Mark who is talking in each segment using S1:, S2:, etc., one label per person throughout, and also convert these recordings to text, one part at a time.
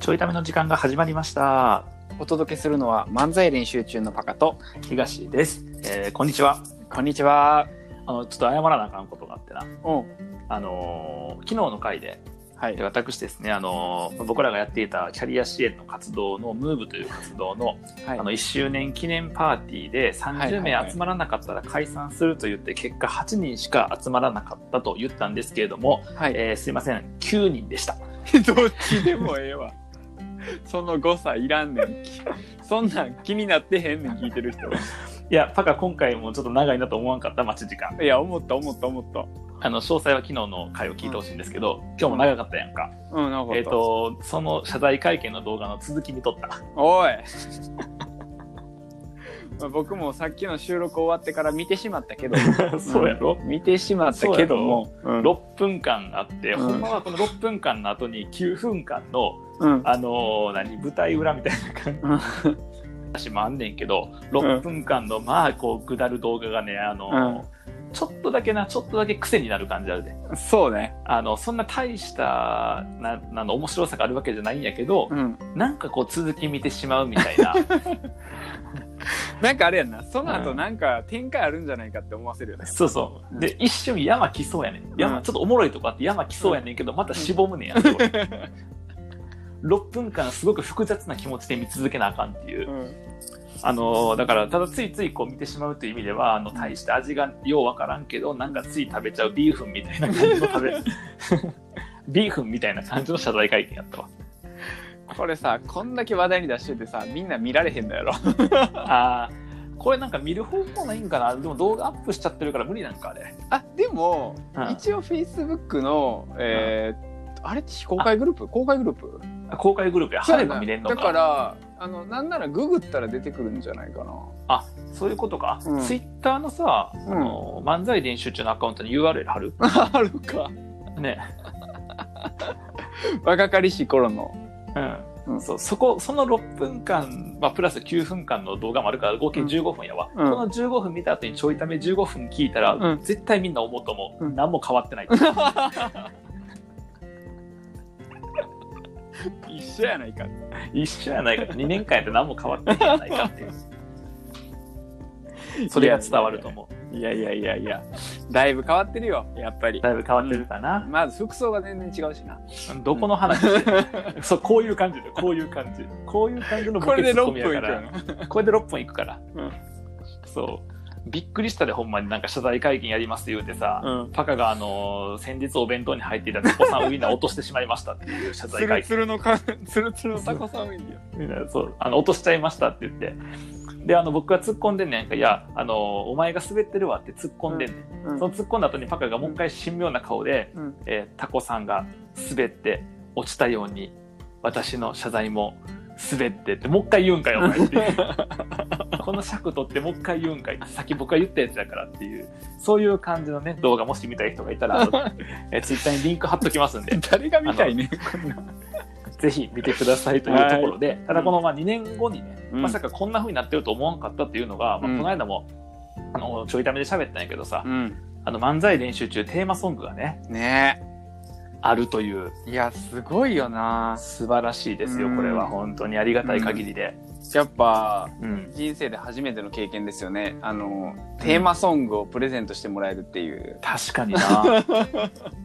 S1: ちょいための時間が始まりました。
S2: お届けするのは漫才練習中のパカと、
S1: 東です。えーこんにちは。
S2: こんにちは。
S1: あの、ちょっと謝らなあかんことがあってな。
S2: うん。
S1: あのー昨日の回で、
S2: はい
S1: で。私ですね、あのー僕らがやっていたキャリア支援の活動の、ムーブという活動の、
S2: はい
S1: あの1周年記念パーティーで30
S2: はいはいは
S1: 名
S2: い
S1: 集まらなかったら解散すると言って、結果8人しか集まらなかったと言ったんですけれども、
S2: はい。
S1: えーすいません、9人でした。
S2: どっちでもええわ。その誤差いらんねん。きそんなん気になってへんねん、聞いてる人。
S1: いや、パカ今回もちょっと長いなと思わんかった待ち時間。
S2: いや、思った、思った、思った。
S1: あの詳細は昨日の回を聞いてほしいんですけど、今日も長かったやんか、
S2: うん、なんか。
S1: えっ、、とその謝罪会見の動画の続きに撮った
S2: おい。 まあ僕もさっきの収録終わってから見てしまったけど
S1: そうやろ、
S2: ん見てしまったけどもうん
S1: 6分間あって、
S2: うん
S1: ほんまはこの6分間の後に9分間の、
S2: うん
S1: あのー何舞台裏みたいな感じ
S2: うん
S1: 話もあんねんけど6分間のまあこう下る動画がね、あのーちょっとだけなちょっとだけ癖になる感じあるで
S2: そうね
S1: あのそんな大したななの面白さがあるわけじゃないんやけど、
S2: うん
S1: なんかこう続き見てしまうみたいな
S2: なんかあれやんなその後
S1: うん
S2: なんか展開あるんじゃないかって思わせるよね
S1: そうそう。で、一瞬山来そうやねん。山、
S2: うん
S1: ちょっとおもろいとこあって山来そうやねんけど、またしぼむねんや。そこ 6分間すごく複雑な気持ちで見続けなあかんっていうう。
S2: ん
S1: あのーだから、ただついついこう見てしまうという意味では、あの、大して味がようわからんけど、なんかつい食べちゃうビーフンみたいな感じの食べ、 ビーフンみたいな感じの謝罪会見やったわ。
S2: これさこんだけ話題に出しててさみんな見られへんのやろ
S1: あーこれなんか見る方法ないんかなでも動画アップしちゃってるから無理なんかあれ。
S2: あでも、
S1: うん
S2: 一応フェイスブックの、えーあれって非公開グループ公開グループ
S1: 公開グループや。早く見れんのか。
S2: だからあのなんならググったら出てくるんじゃないかな
S1: あそういうことか、
S2: うん
S1: ツイッターのさ、
S2: うん
S1: あの漫才練習中のアカウントに URL 貼る
S2: あるか
S1: ね、
S2: 若かりし頃の
S1: う、
S2: うんん
S1: そうそこその6分間、まあ、プラス9分間の動画もあるから合計15分やわ、
S2: うん
S1: その15分見た後にちょいため15分聞いたら、
S2: うん
S1: 絶対みんな思うと思う、
S2: うん
S1: 何も変わってない
S2: 一緒やないか
S1: 一緒やないか2年間やって何も変わってないんじゃないかっていうそれが伝わると思
S2: いやいやいやいやだいぶ変わってるよやっぱ
S1: う
S2: り
S1: だいぶ変わってるかな、
S2: まず服装が全然違うしな
S1: どこの話してるそうこういう感じでこういう感じこういう感じの
S2: これで
S1: ボ
S2: 6
S1: ケツッコミや
S2: 分い
S1: か
S2: く
S1: ら
S2: よな
S1: これで6分いくから、
S2: うん
S1: そうびっくりしたでほんまになんか謝罪会見やりますって言うてさ、
S2: うん
S1: パカがあのー先日お弁当に入っていた猫さんウインナー落としてしまいましたっていう謝
S2: ツ
S1: 罪
S2: ル
S1: 会見
S2: ツルのかツルツルのタコさんウィンディ
S1: そうあの落としちゃいましたって言ってであの僕が突っ込んでんねんかいやあのーお前が滑ってるわって突っ込んでんねん、
S2: オ
S1: その突っ込んだ後にパカがもう一回神妙な顔で、
S2: うん
S1: えータコさんが滑って落ちたように私の謝罪も滑ってってもう一回言うんかよお前って いうこの尺取ってもう一回言うんかいさっき僕が言ったやつだからっていうそういう感じのね動画もし見たい人がいたらあ のえツイッターにリンク貼っときますんで
S2: 誰が見たいね
S1: ぜひ見てくださいというところで、ただこのまあ2年後にね、
S2: うん
S1: まさかこんな風になってると思わんかったっていうのが、まあ、
S2: うん
S1: この間もあのちょいためで喋ったんやけどさ、
S2: うん
S1: あの漫才練習中テーマソングがね
S2: ね
S1: あるという
S2: えいやすごいよな
S1: 素晴らしいですよ
S2: うん
S1: これは本当にありがたい限りで、
S2: やっぱ
S1: うん
S2: 人生で初めての経験ですよねあのテーマソングをプレゼントしてもらえるっていう、
S1: 確かに な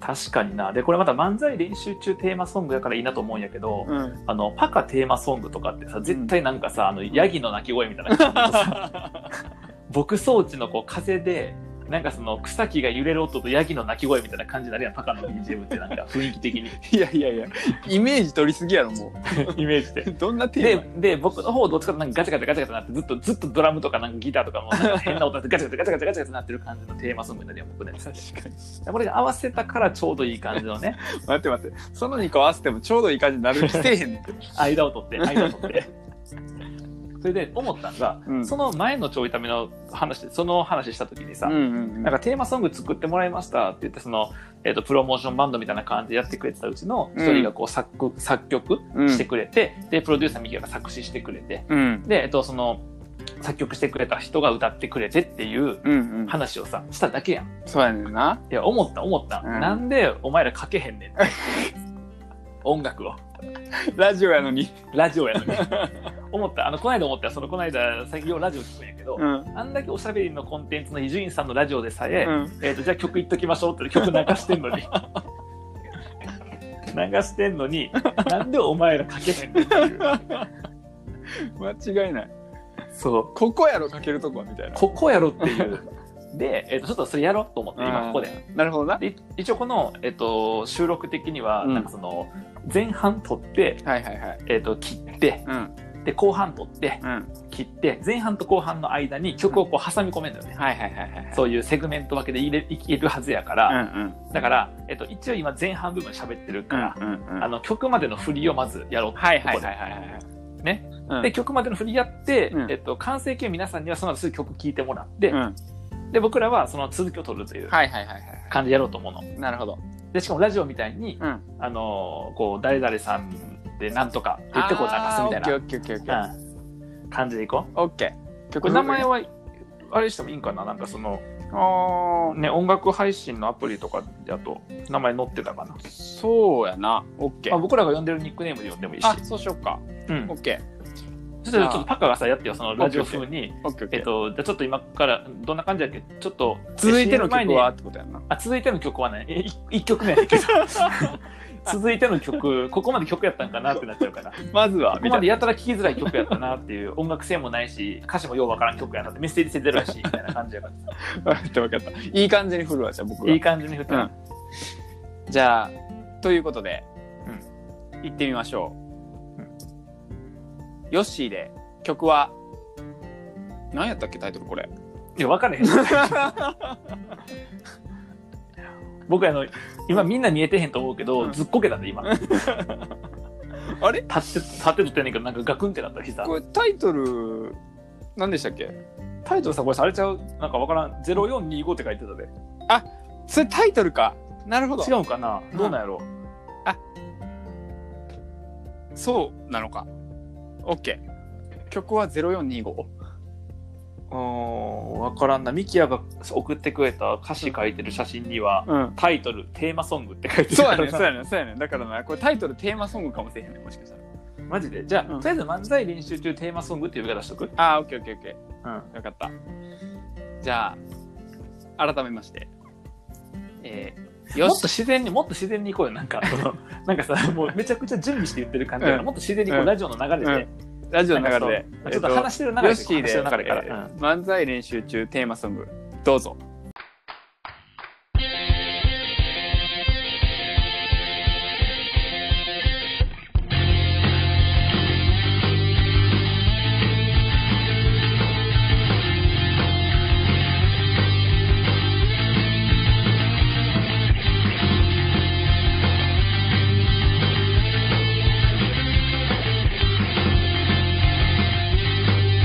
S1: 確かになでこれまた漫才練習中テーマソングやからいいなと思うんやけど、
S2: うん、
S1: あのパカテーマソングとかってさ絶対なんかさ、あのヤギの鳴き声みたいな感じのさ 牧草地のこう風でなんかその草木が揺れる音とヤギの鳴き声みたいな感じになるやんパカの BGM ってなんか雰囲気的に
S2: いやいやいやイメージ取りすぎやろも
S1: イメージで
S2: う どんなテー
S1: で
S2: マや
S1: で僕の方どっちかとなんかガチャガチャガチャガチャなってずっとずっとドラムとかなんかギターとかもなんか変な音でガチャガチャガチャガチャガチャガチャなってる感じのテーマソングになるやん僕ね
S2: 確かに
S1: これが合わせたからちょうどいい感じのね
S2: 待って待ってその2個合わせてもちょうどいい感じになるしてへんねん
S1: 間を取って間を取ってそれで思ったのが、
S2: うん
S1: その前のちょいための話でその話した時にさ、
S2: うんうんうん
S1: なんかテーマソング作ってもらいましたって言ってその、えー、とプロモーションバンドみたいな感じでやってくれてたうちの一人がこう作,、作曲
S2: うん
S1: してくれて、でプロデューサーミキが作詞してくれて
S2: うん
S1: で、えー、とその作曲してくれた人が歌ってくれてっていう
S2: うんうん
S1: 話をさしただけやん
S2: そうやねんない
S1: や思った思った、
S2: うん
S1: なんでお前ら書けへんねんって音楽を
S2: ラジオやのに。
S1: ラジオ やのに思ったあのこの間思ったよそのこの間最近ようラジオ聞くんやけど、
S2: うん。
S1: あんだけおしゃべりのコンテンツの伊集院さんのラジオでさえ、
S2: うん
S1: えー、とじゃあ曲いっときましょうって曲流してんのに 流してんのになんでお前ら書けへんねんっていう
S2: 間違いない。
S1: そう
S2: ここやろ、かけるとこは、みたいな。
S1: ここやろって いうで、えー、とちょっとそれやろうと思って今ここで
S2: なるほどな。
S1: でい一応この、えー、と収録的には
S2: うん
S1: なんかその前半撮って、
S2: はいはいはい。
S1: えー、と切って
S2: うん。
S1: で後半撮って
S2: うん。
S1: 切って前半と後半の間に曲をこう挟み込めるのよね、
S2: はいはいはいはい。
S1: そういうセグメント分けで入れいけるはずやか
S2: うん
S1: ら、
S2: うん。
S1: だから、えっと、一応今前半部分喋ってる
S2: う
S1: か
S2: ん
S1: ら、
S2: うんうん。
S1: あの曲までの振りをまずやろうと
S2: はいはい
S1: ここ
S2: は
S1: で
S2: いはいはい。
S1: ね。
S2: うん、
S1: で曲までの振りやって、
S2: うん
S1: えっと、完成形皆さんにはその後すぐ曲聴いてもらって、
S2: うん。はい
S1: で僕らはその続きを取るという
S2: はいはいは
S1: 感じでやろうと思うの。
S2: い。なるほど。
S1: でしかもラジオみたいに、
S2: うん
S1: あのーこう誰々さんでなんとかって言ってこう流すみたい
S2: あーオッケーオッケーオッケーオッケー
S1: な、うん感じでいこう。
S2: オッケー。
S1: こ
S2: 曲
S1: れ名前
S2: を。
S1: はあれしてもいいんかななんかその、
S2: あ
S1: ね、音楽配信のアプリとかだと名前載ってたかな、
S2: あ、そうやな。オッケ
S1: まあ、
S2: ー。
S1: 僕らが呼んでるニックネームで呼んでもいいし、
S2: あ、そうしよっか。
S1: うん
S2: オ、ッケ
S1: そしたらちょっとパカがさやってよそのラジオ風に
S2: ー。オッケーオッケ
S1: え
S2: ー。
S1: っとじゃあちょっと今からどんな感じだっけちょっと
S2: 続いて
S1: CM
S2: の
S1: 前
S2: 曲
S1: に
S2: はってことやんな。
S1: あ続いての曲はねえい一曲目やねん けど続いての曲ここまで曲やったんかなってなっちゃうからこ
S2: まずは、
S1: こ
S2: みた
S1: ま
S2: い
S1: で
S2: な。
S1: やたら聴きづらい曲やったなっていう 音楽性もないし歌詞もようわからん曲やなってメッセージ性出るらしいみたいな感じや か
S2: 分かった分かった。いい感じに振るわ、じゃあ僕
S1: らい
S2: が
S1: い。感じに振ったら、
S2: じゃあ、ということで、行ってみましょう。ヨッシーで、曲は、何やったっけ、タイトル これ。
S1: いや分からへん僕あの今みんな見えてへんと思うけど、
S2: うん
S1: ずっこけた で今
S2: あれ
S1: 立って立ってとってんねんけどなんかガクンってなった膝
S2: これタイトル、何でしたっけ
S1: タイトルさこれされちゃうなんかわからん0425って書いてたで
S2: それタイトルか。なるほど。
S1: 違うんかな
S2: うん
S1: どうなんやろう
S2: そうなのか。OK。曲は0425。
S1: うん分からんなミキヤが送ってくれた歌詞書いてる写真には
S2: うん。
S1: タイトルテーマソングって書いてる
S2: そうや
S1: から
S2: ね、
S1: な
S2: そうやね、そうやね。だからな、これタイトルテーマソングかもしれへんね、もしかしたら。
S1: マジでじゃあ、
S2: うん
S1: とりあえず漫才練習中テーマソングって呼び方しとく
S2: あー、OK、OK、OK。
S1: うん
S2: よかった。じゃあ、改めまして。えー、よ
S1: もっと
S2: し。
S1: 自然にもっと自然に行こうよなんかそ のなんかさもうめちゃくちゃ準備して言ってる感じだから、
S2: うん
S1: もっと自然にこう、
S2: うん
S1: ラジオの流れで、
S2: ラジオの
S1: なん
S2: 流
S1: か
S2: れ
S1: そう
S2: で。
S1: ちょっと
S2: えー
S1: 話してる流
S2: ヨッ
S1: れで、
S2: シー
S1: 話し
S2: で、
S1: てる流れから、
S2: え
S1: う
S2: ー
S1: ん
S2: 漫才練習中テーマソング、どうぞ。
S3: あ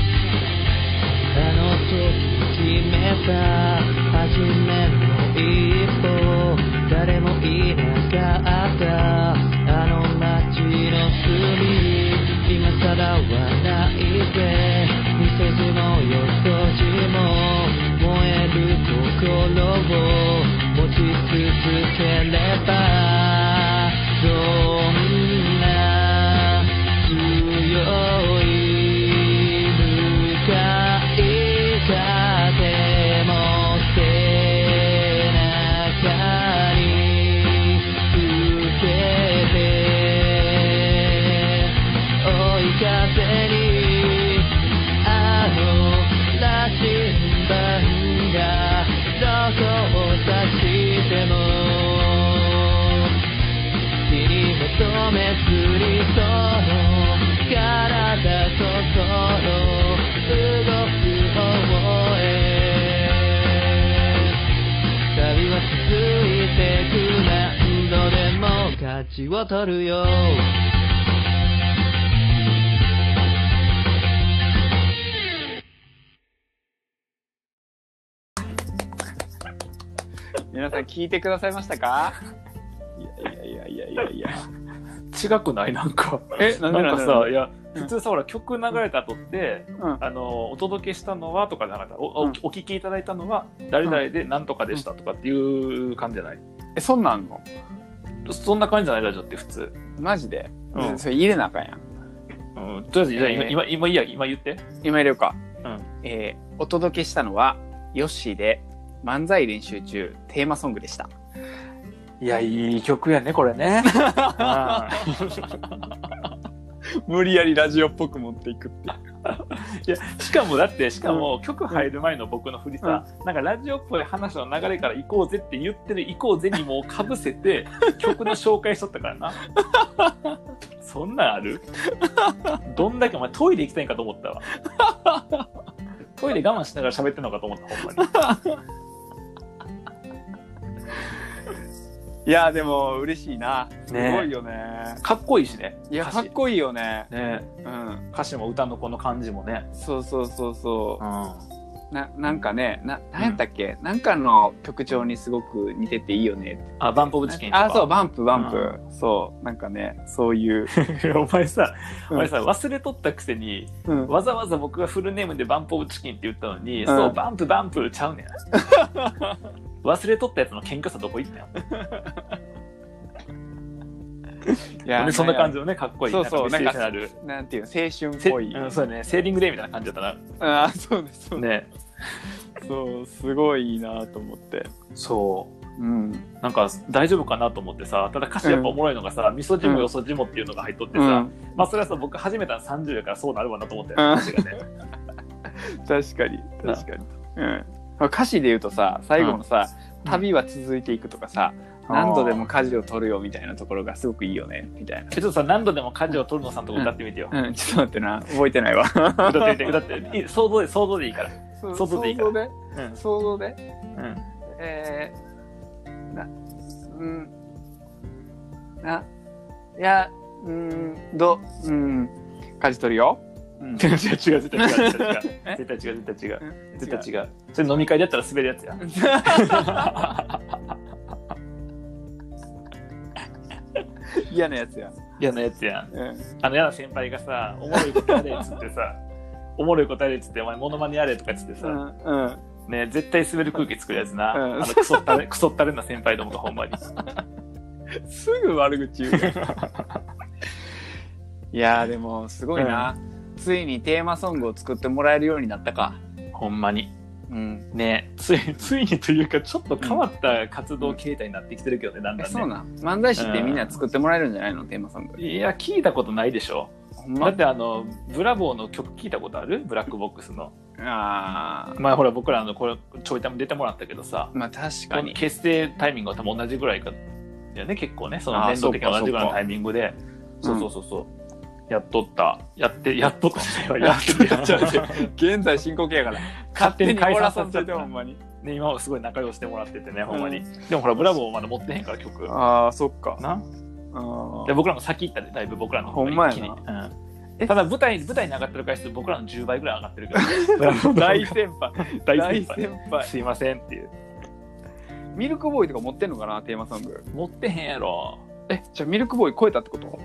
S3: の時決めた初めの一歩誰もいなかったあの街の隅今さらはないぜ店じも夜掃除も燃える心を持ち続ければどんな強い向かい風も背中に受けて追い風にあの羅針盤がどこを指しても気に求めずにその体心動く方へ旅は続いてく何度でも勝ちを取るよ
S2: 皆さん聞いてくださいました かいやいやいやいやいやいや。
S1: 違くないなんか
S2: え、
S1: な
S2: なんんで
S1: か
S2: なんで
S1: さいや
S2: うん
S1: 普通さほら曲流れた後って、
S2: うん
S1: あのお届けしたのはとかじゃなかったお,お、
S2: うん
S1: お聞きいただいたのは誰々で何とかでしたとかっていう感じじゃない、
S2: え、そんなんあんの
S1: そんな感じじゃないラジオって普通
S2: マジで
S1: うん
S2: それ入れなあかんやん
S1: うん、とりあえず、じゃあ今、
S2: えー
S1: 今、今いいや、今言って。
S2: 今入れようか、
S1: うん
S2: えーお届けしたのはヨッシーで漫才練習中テーマソングでした
S1: いや、いい曲やね、これね。
S2: 無理やりラジオっぽく持っていくって
S1: いや、しかもだって、しかも曲入る前の僕の振りさ、なんかラジオっぽい話の流れから行こうぜって言ってる行こうぜにもうかぶせて、曲の紹介しとったからな。そんなんあるどんだけお前トイレ行きたいんかと思ったわ。トイレ我慢しながら喋ってんのかと思った、ほんまに。
S2: いやでも嬉しいな、
S1: ね
S2: すごいよね
S1: かっこいいしね。
S2: いやか
S1: 歌
S2: っ
S1: 詞
S2: こいいよね
S1: ね
S2: うん
S1: 歌詞も歌のこの感じもね。
S2: そうそうそうそううななんかねななんやったっけ、なんかの曲調にすごく似てていいよねって
S1: あ、バンプオブチキンとか。
S2: あそうバンプバンプ、そうなんかねそうい
S1: い
S2: う、
S1: やお前さ、
S2: う
S1: お
S2: ん
S1: 前さ、忘れとったくせに、
S2: うん
S1: わざわざ僕がフルネームでバンプオブチキンって言ったのに、
S2: ん
S1: そう、バンプバンプちゃう ねん。忘れとったやつの喧嘩さどこ行ったん
S2: いや
S1: でそんな感じのね、かっこいい、
S2: そうそ
S1: な
S2: う
S1: んかメッセージのある。
S2: なんていうの青春
S1: せ
S2: っぽい、
S1: うん、そうだね、セーリングデーみたいな感じだっ
S2: ああそうです
S1: た
S2: そう
S1: な。
S2: で
S1: ね。
S2: すそうすごいいいなと思って
S1: そ
S2: うん
S1: う。なんか大丈夫かなと思ってさ、ただ歌詞やっぱおもろいのがさ、味噌汁もよそ汁もっていうのが入っとって
S2: う
S1: さ、
S2: ん
S1: まあそれはさ、僕始めたら30やからそうなるわなと思って、
S2: うん
S1: 話がね。
S2: 確かに確かにうん歌詞で言うとさ最後のさ、
S1: うん
S2: 旅は続いていくとかさ、
S1: うん
S2: 何度でも舵を取るよみたいなところがすごくいいよねみたいな
S1: ちょっとさ、何度でも家事を取るのさんとこ歌ってみてよ。
S2: うんちょっと待ってな覚えてないわ
S1: 歌ってみて、歌って。いい想像で、想像でいいから。
S2: 想
S1: 想像でいいから
S2: で
S1: うん。
S2: 想像で
S1: うん。
S2: えー、な、うん、な、いや、うん、ど、うん、舵取るよ。 うん
S1: 違う違う違う違う違う違う違う
S2: え
S1: 絶対違う絶対違う絶対違う
S2: 違
S1: 絶対違うそれ飲み会だったら滑るやつや
S2: う嫌なやつや。
S1: 嫌なやつやん
S2: うん、
S1: あの嫌な先輩がさおもろいことやれっつってさ おもろいことやれっつってお前モノマネやれとかっつって
S2: う
S1: さ、
S2: ん、うん。
S1: ね絶対滑る空気作るやつな、
S2: うん
S1: あのクソったれ クソったれな先輩どもがほんまに
S2: すぐ悪口言う やんいやーでもすごいな、ついにテーマソングを作ってもらえるようになったか
S1: ほんまに
S2: うん
S1: ねついついにというかちょっと変わった活動形態になってきてるけどねだん
S2: え
S1: だん
S2: そう
S1: ね
S2: なん漫才師ってみんな作ってもらえるんじゃないのテーマソング
S1: いや聞いたことないでしょ
S2: ほん
S1: だ
S2: ま
S1: ってあのブラボーの曲聞いたことあるブラックボックスの
S2: あー
S1: 前ほら僕らのこれちょいため出てもらったけどさ
S2: まあ確
S1: こ
S2: か
S1: の
S2: に
S1: 結成タイミングは多分同じぐらいかだよね結構ねその
S2: あー
S1: 年度的に
S2: そ
S1: 同
S2: うか
S1: じぐらいのタイミングでそうそうそうそう、やっとったやってやっとったじゃないわやってる
S2: やっちゃう 現在進行形やから勝手に
S1: 解
S2: 解
S1: 散
S2: 散
S1: さ
S2: さ
S1: せ
S2: せ
S1: ちゃ
S2: て
S1: った
S2: てほんまに
S1: ね今はすごい仲良してもらっててねほんまに、
S2: う
S1: でもほらブラボーまだ持ってへんから曲
S2: ああそっか
S1: な
S2: あ
S1: で僕らも先行ったでだいぶ僕らの方が
S2: ほんまや
S1: 一気に、
S2: な
S1: うん、
S2: え
S1: ただ舞台舞台に上がってる回数僕らの10倍ぐらい上がってる けどブラボーの
S2: 大先輩
S1: 大
S2: 大
S1: 先
S2: 先
S1: 輩
S2: 輩
S1: すいませんっていう
S2: ミルクボーイとか持ってんのかなテーマソング
S1: 持ってへんやろ
S2: えじゃあミルクボーイ超えたってこと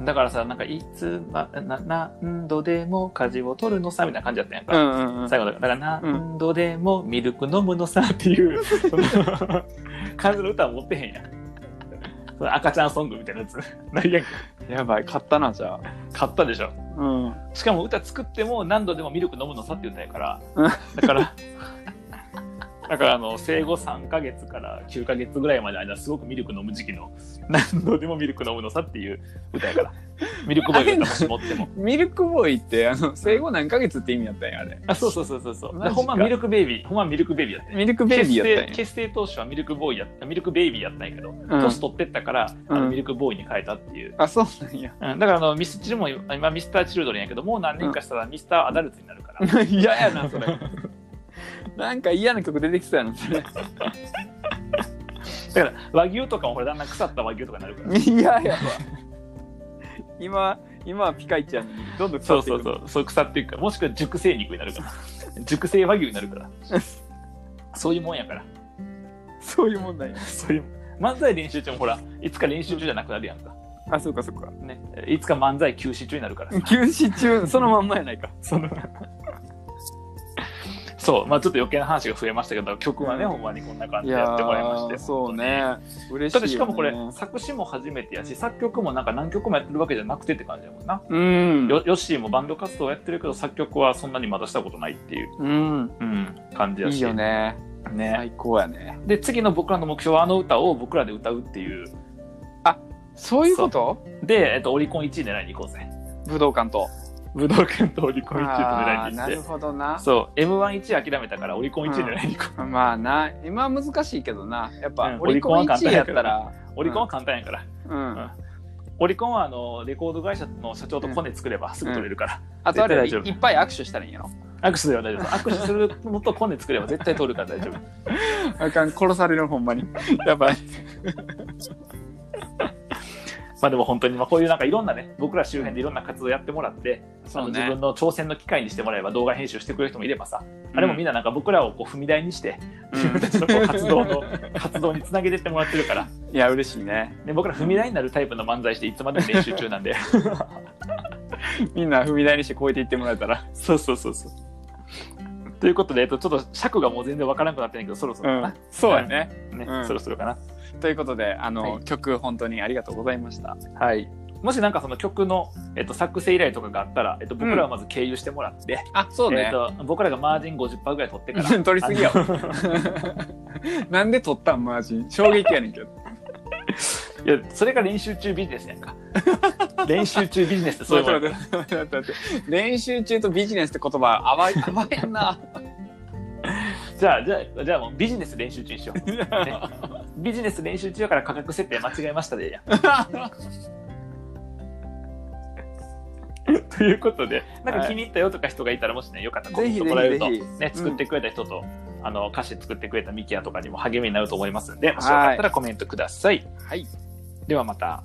S1: だからさ、なんか、いつま、な、何度でも舵を取るのさ、みたいな感じだったやん
S2: う
S1: か。
S2: んうんうん
S1: 最後だから、だから
S2: うん
S1: 何度でもミルク飲むのさ、っていう、 その感じの歌は持ってへんやん。その赤ちゃんソングみたいなやつ。 ないやんか。
S2: やばい買ったなじゃあ
S1: 買ったでしょ。
S2: うん
S1: しかも歌作っても何度でもミルク飲むのさって歌やから
S2: うん。
S1: だから、だからあの、生後3ヶ月から9ヶ月ぐらいまでの間、すごくミルク飲む時期の、何度でもミルク飲むのさっていう歌やから。ミルクボーイがもし持っても。
S2: ミルクボーイってあの生後何ヶ月って意味やった んやあれ
S1: あそうそうそうそうそう
S2: マジか
S1: ほんまミルクベイビーほんまミルクベイビーやったんや
S2: ミルクベイビーやったん
S1: 結成
S2: や
S1: 結成当初はミルクボーイやったミルクベイビーやったんやけど、
S2: うん
S1: 年取ってったから、あ
S2: う
S1: の
S2: ん
S1: ミルクボーイに変えたっていう、
S2: あそうなんや
S1: うんだからあのミスチルも今今ミスターチルドレンやけどもう何年かしたらミスターアダルトになる から、
S2: 嫌やなそれなんか嫌な曲出てきそうやなそれ
S1: だから和牛とかもほらだんだん腐った和牛とかになるから
S2: 嫌やわ今今はピカイチやのにどんどん
S1: そ
S2: 腐
S1: うそ
S2: っていうく
S1: そうそう腐っていくからもしくは熟成肉になるから 熟成和牛になるからそういうもんやから
S2: そういうもんなんや
S1: そういう漫才練習中もほらいつか練習中じゃなくなるやんか、
S2: あそうかそうか
S1: ね、いつか漫才休止中になるからさ
S2: 休止中そのまんまやないか
S1: そのそう、まあちょっと余計な話が増えましたけど、曲はね、
S2: うん
S1: ほんまにこんな感じで やってもらいまして。
S2: ーそうね嬉し
S1: だっ
S2: いよね
S1: てしかもこれ、作詞も初めてやし、作曲もなんか何曲もやってるわけじゃなくてって感じだもんな。
S2: うん
S1: よヨッシーもバンド活動をやってるけど、作曲はそんなにまだしたことないっていう、
S2: うん
S1: うん、感じ
S2: い
S1: だし。
S2: いよね
S1: ね
S2: 最高やね
S1: で、次の僕らの目標はあの歌を僕らで歌うっていう。
S2: そういうこと
S1: で、えっと、オリコン1位狙いに行こうぜ。
S2: 武道館と
S1: 武道館とオリコン1位と
S2: あ
S1: 狙
S2: あ
S1: いに行
S2: な
S1: っ
S2: る
S1: て。
S2: ほどな
S1: そう、M11 諦めたからオリコン1位狙いに行こう。
S2: まあな今は難しいけどなやっ
S1: う
S2: ぱ
S1: ん
S2: オリコン1位やったら
S1: オリコンは簡単やから。
S2: うん
S1: オリコンはあのレコード会社の社長とコネ作ればすぐ取れるから、
S2: あとあれい
S1: 絶対大丈夫
S2: いっぱい握手したらいいんやろ
S1: 握手すれば大丈夫握手するのとコネ作れば絶対取るから大丈夫
S2: あかん殺されるほんまに やばい
S1: まあでも本当にまあこういうなんかいろんなね僕ら周辺でいろんな活動やってもらって、あの
S2: そう
S1: 自
S2: ね
S1: 分の挑戦の機会にしてもらえば動画編集してくれる人もいればさ、あれもみんななんか僕らをこう踏み台にして
S2: うん
S1: 自分たちのこう活動 の活動につなげてってもらってるから、
S2: いや嬉しいね
S1: ね、僕ら踏み台になるタイプの漫才していつまでも練習中なんで
S2: みんな踏み台にして超えていってもらえた ら
S1: そうそうそうそうということで、えっと、ちょっと尺がもう全然わからなくなってないけどそろそろかな、
S2: そうやね
S1: ね
S2: うん
S1: そろそろかな
S2: ということであの、
S1: は
S2: 曲本当にありがとうございました
S1: はい、もしなんかその曲の、えっと、作成依頼とかがあったら、えっと、僕らはまず経由してもらって、
S2: あそう
S1: えっ と、僕らがマージン50%ぐらい取ってから
S2: 取りすぎ や
S1: あの
S2: なんで撮ったんマジ衝撃やねんけど
S1: いやそれが練習中ビジネスやんか練習中ビジネスってそういうも
S2: 待
S1: の
S2: って待って待って待って練習中とビジネスって言葉甘い甘いな
S1: じゃあじゃあじゃあもうビジネス練習中にしよ う、ねビジネス練習中やから価格設定間違えましたでいいや ということでなんか気に入ったよとか人がいたらもしねよかったらコメントもらえると
S2: ぜひぜひぜひ
S1: ね作ってくれた人と、あの歌詞作ってくれたミキヤとかにも励みになると思いますんでもしよ
S2: は
S1: か
S2: い
S1: ったらコメントください
S2: はい
S1: ではまた。